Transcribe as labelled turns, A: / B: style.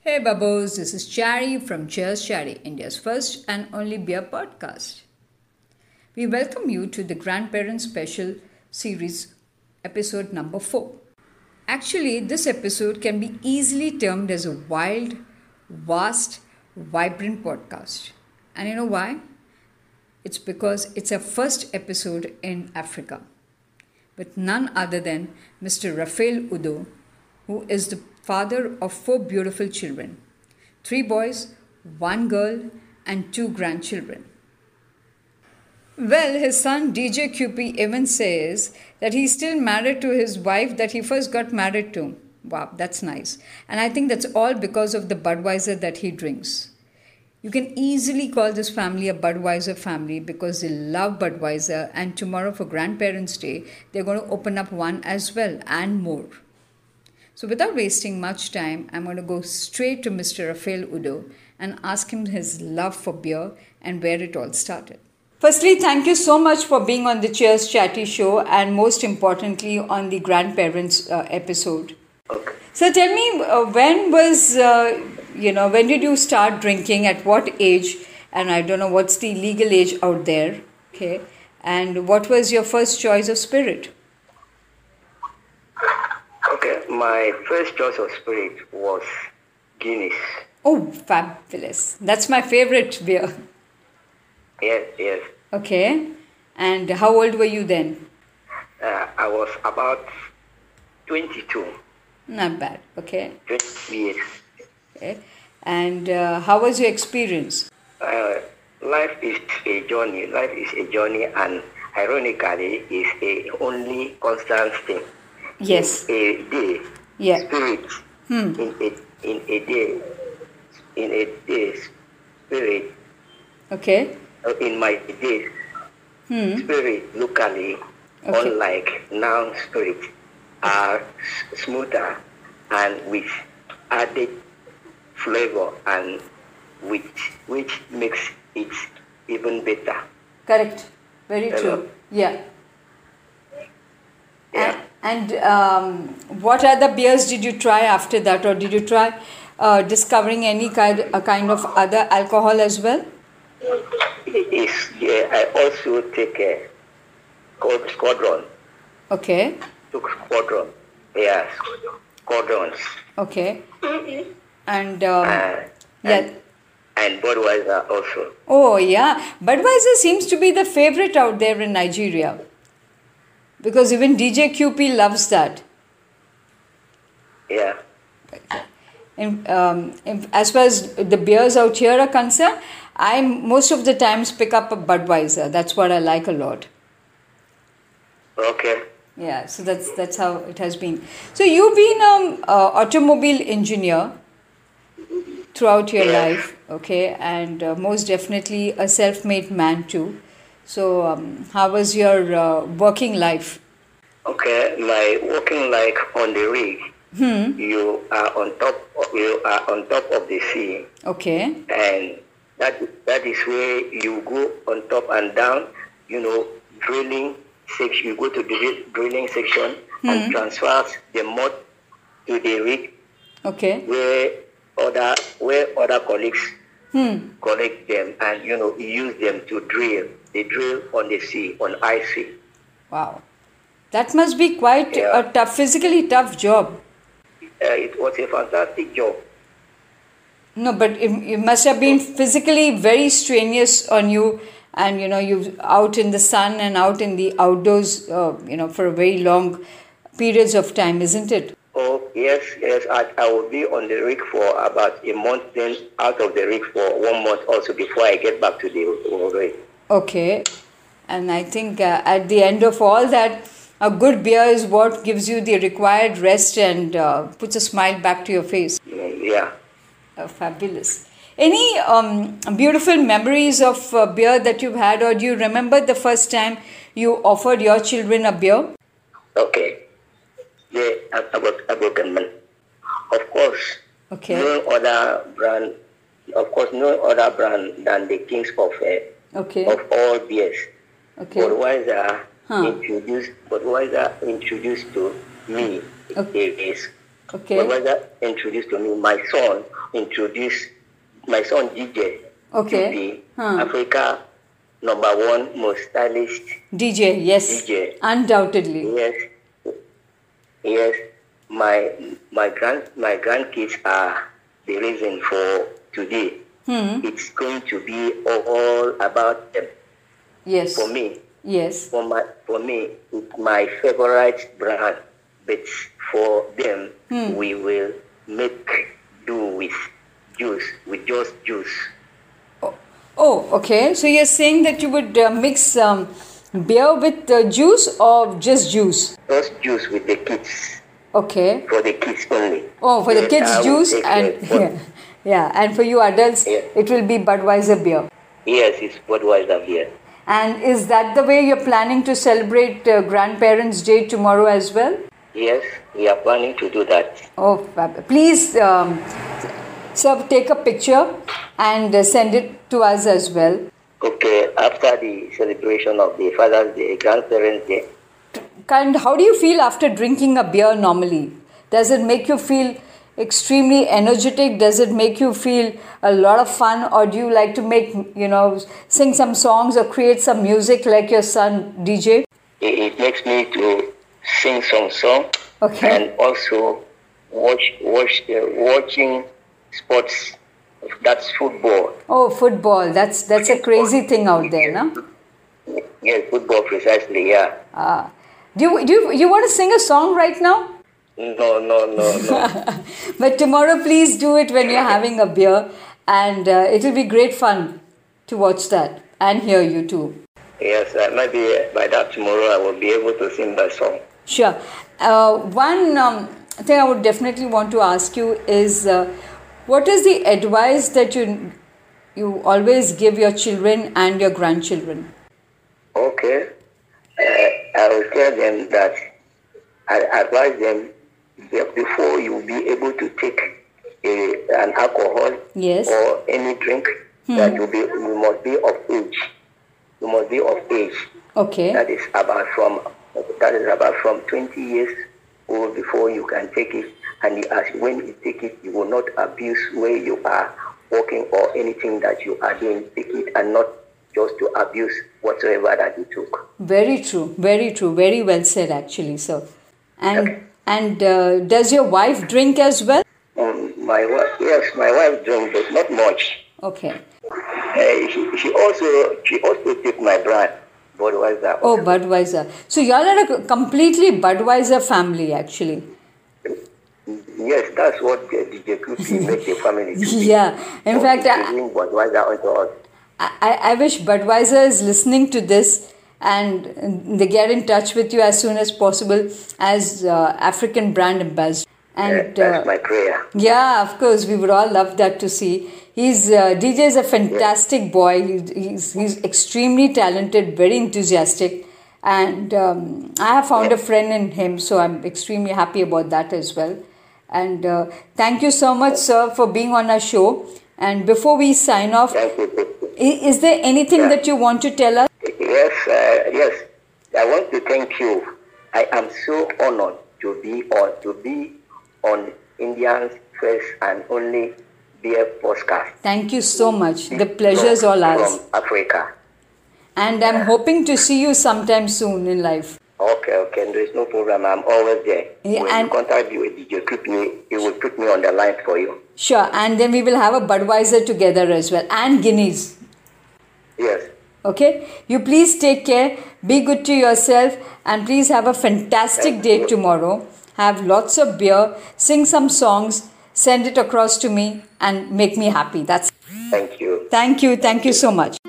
A: Hey Bubbles, this is Chari from Cheers Chari, India's first and only beer podcast. We welcome you to the Grandparents Special Series, episode number 4. Actually, this episode can be easily termed as a wild, vast, vibrant podcast. And you know why? It's because it's our first episode in Africa with none other than Mr. Rafael Udo, who is the father of four beautiful children three boys, one girl, and two grandchildren. Well, his son DJ QP even says that he's still married to his wife that he first got married to. Wow, that's nice. And I think that's all because of the Budweiser that he drinks. You can easily call this family a Budweiser family because they love Budweiser, and tomorrow for Grandparents' Day, they're going to open up one as well and more. So, without wasting much time, I'm going to go straight to Mr. Rafael Udo and ask him his love for beer and where it all started. Firstly, thank you so much for being on the Cheers Chatty show and most importantly on the grandparents uh, episode.
B: Okay.
A: So tell me, uh, when was, uh, you know, when did you start drinking? At what age? And I don't know what's the legal age out there. Okay. And what was your first choice of spirit?
B: Okay. My first choice of spirit was Guinness.
A: Oh, fabulous. That's my favorite beer.
B: Yes, yes.
A: Okay. And how old were you then?
B: Uh, I was about 22,
A: Not bad. Okay.
B: 20 years.
A: okay. And uh, how was your experience?
B: Uh, life is a journey. Life is a journey, and ironically, is a only constant thing.
A: Yes.
B: In a day.
A: Yeah. Hmm.
B: Spirit. In a in a day. In a day. Spirit.
A: Okay.
B: uh, in my day. Spirit locally,
A: Hmm. Okay.
B: unlike now spirit, are s- smoother and with added flavor and which which makes it even better.
A: Correct. Very true.
B: Hello.
A: Yeah.
B: Yeah.
A: And um, what other beers did you try after that, or did you try uh, discovering any kind, a kind of other alcohol as well? Uh.
B: It is, yeah, I also take a called squadron.
A: Okay,
B: Took squadron. Yeah, squadrons.
A: okay. And um,
B: Uh,
A: yeah,
B: and Budweiser also.
A: oh yeah, Budweiser seems to be the favorite out there in Nigeria because even DJ QP loves that.
B: Yeah.
A: in, um, in, as far as the beers out here are concerned, I most of the times pick up a Budweiser. That's what I like a lot.
B: Okay.
A: Yeah, so that's that's how it has been. So you've been an um, uh, automobile engineer throughout your
B: Yes.
A: life, okay, and uh, most definitely a self-made man too. So um, how was your uh, working life?
B: Okay, my walking like on the rig. You are on top. Of, you are on top of the sea,
A: Okay,
B: and that that is where you go on top and down. You know, drilling section. You go to the drill- drilling section and transfer the mud to the rig
A: okay,
B: where other where other colleagues
A: Hmm,
B: collect them, and you know use them to drill. They drill on the sea, on high sea.
A: wow, that must be quite
B: Yeah.
A: a tough, physically tough job.
B: Uh, it was a fantastic job.
A: No, but it, it must have been physically very strenuous on you, and you know you out in the sun and out in the outdoors, uh, you know, for very long periods of time, isn't it?
B: Oh, yes, yes. I, I will be on the rig for about a month, then out of the rig for one month also before I get back to the rig.
A: Okay, and I think uh, at the end of all that, a good beer is what gives you the required rest and uh, puts a smile back to your face.
B: Mm, Yeah.
A: Uh, fabulous. Any um, beautiful memories of uh, beer that you've had, or do you remember the first time you offered your children a beer?
B: Okay. Yeah, I, I, work, I work in man. Of course,
A: Okay.
B: no other brand, of course, no other brand than the kings of uh,
A: Okay.
B: of all beers.
A: Okay.
B: Budweiser
A: Huh.
B: introduced Budweiser introduced to me
A: Okay.
B: a, a
A: Okay.
B: My mother introduced to me, my son introduced, my son DJ
A: Okay.
B: to be
A: Hmm.
B: Africa number one most stylish.
A: DJ, yes.
B: DJ.
A: Undoubtedly.
B: Yes, yes. My my grand my grandkids are the reason for today.
A: Hmm.
B: It's going to be all about them
A: Yes.
B: for me.
A: Yes.
B: for my for me it's my favorite brand but for them
A: Hmm.
B: we will make do with juice with just juice
A: Oh, okay. So you're saying that you would uh, mix um, beer with uh, juice or just juice?
B: just juice with the kids
A: Okay.
B: for the kids only
A: Oh, for the
B: Yes, I
A: kids,
B: will
A: juice
B: take
A: and
B: that
A: yeah.
B: one.
A: yeah, and for you adults,
B: Yeah.
A: it will be Budweiser beer.
B: yes it's Budweiser beer
A: And is that the way you're planning to celebrate uh, Grandparents' Day tomorrow as well?
B: yes we are planning to do that
A: Oh, fab- please, um, sir, take a picture and uh, send it to us as well.
B: okay after the celebration of the father's day grandparents day
A: And how do you feel after drinking a beer normally? Does it make you feel extremely energetic? Does it make you feel a lot of fun, or do you like to make you know sing some songs or create some music like your son DJ?
B: it, it makes me to sing some song
A: Okay.
B: and also watch watch uh, watching sports that's football
A: Oh, football! That's that's a crazy thing out there, no?
B: yes football precisely yeah
A: Ah, do you, do you, you want to sing a song right now?
B: no no no no
A: but tomorrow, please do it when you're having a beer, and uh, it'll be great fun to watch that and hear you too.
B: yes uh, maybe uh, by that tomorrow i will be able to sing that song
A: Sure. Uh, one um, thing I would definitely want to ask you is, uh, what is the advice that you you always give your children and your grandchildren?
B: okay uh, i will tell them that i advise them that before you be able to take a, an alcohol
A: Yes.
B: or any drink that you be you must be of age. You must be of age.
A: Okay.
B: That is about from that is about from twenty years old before you can take it. And you, as when you take it, you will not abuse where you are working or anything that you are doing. Take it and not just to abuse whatsoever that you took.
A: Very true. Very true. Very well said, actually, sir. And
B: Okay.
A: and uh, does your wife drink as well?
B: Um, my wife, yes, my wife drank, but not much.
A: Okay. Oh,
B: Uh, she, she also she also took my brand, Budweiser.
A: Oh, Budweiser. So y'all are a completely Budweiser family, actually.
B: Yes, that's what the DJ Kupi made the family to be.
A: Yeah. In fact, I,
B: Budweiser onto us.
A: I, I wish Budweiser is listening to this and they get in touch with you as soon as possible as uh, African brand ambassador. And
B: That's
A: uh,
B: my prayer.
A: yeah, of course, we would all love that to see. He's uh, DJ is a fantastic boy. He's, he's he's extremely talented, very enthusiastic, and um, I have found a friend in him, so I'm extremely happy about that as well. And uh, thank you so much, sir, for being on our show. And before we sign off,
B: Thank you.
A: I- Is there anything
B: Yeah.
A: that you want to tell us?
B: Yes, uh, yes. I want to thank you. I am so honored to be on to be on Indian's first and only beer podcast.
A: Thank you so much. The pleasure is all ours.
B: From Africa.
A: And I'm hoping to see you sometime soon in life.
B: Okay, okay. There is no problem. I'm always there.
A: Yeah,
B: when
A: and-
B: you contact you with DJ Kupi, he will put me on the line for you.
A: Sure. And then we will have a Budweiser together as well and Guineas.
B: Yes.
A: Okay? You please take care, be good to yourself, and please have a fantastic day tomorrow. Have lots of beer, sing some songs, send it across to me, and make me happy. That's
B: Thank you.
A: Thank you. Thank you so much.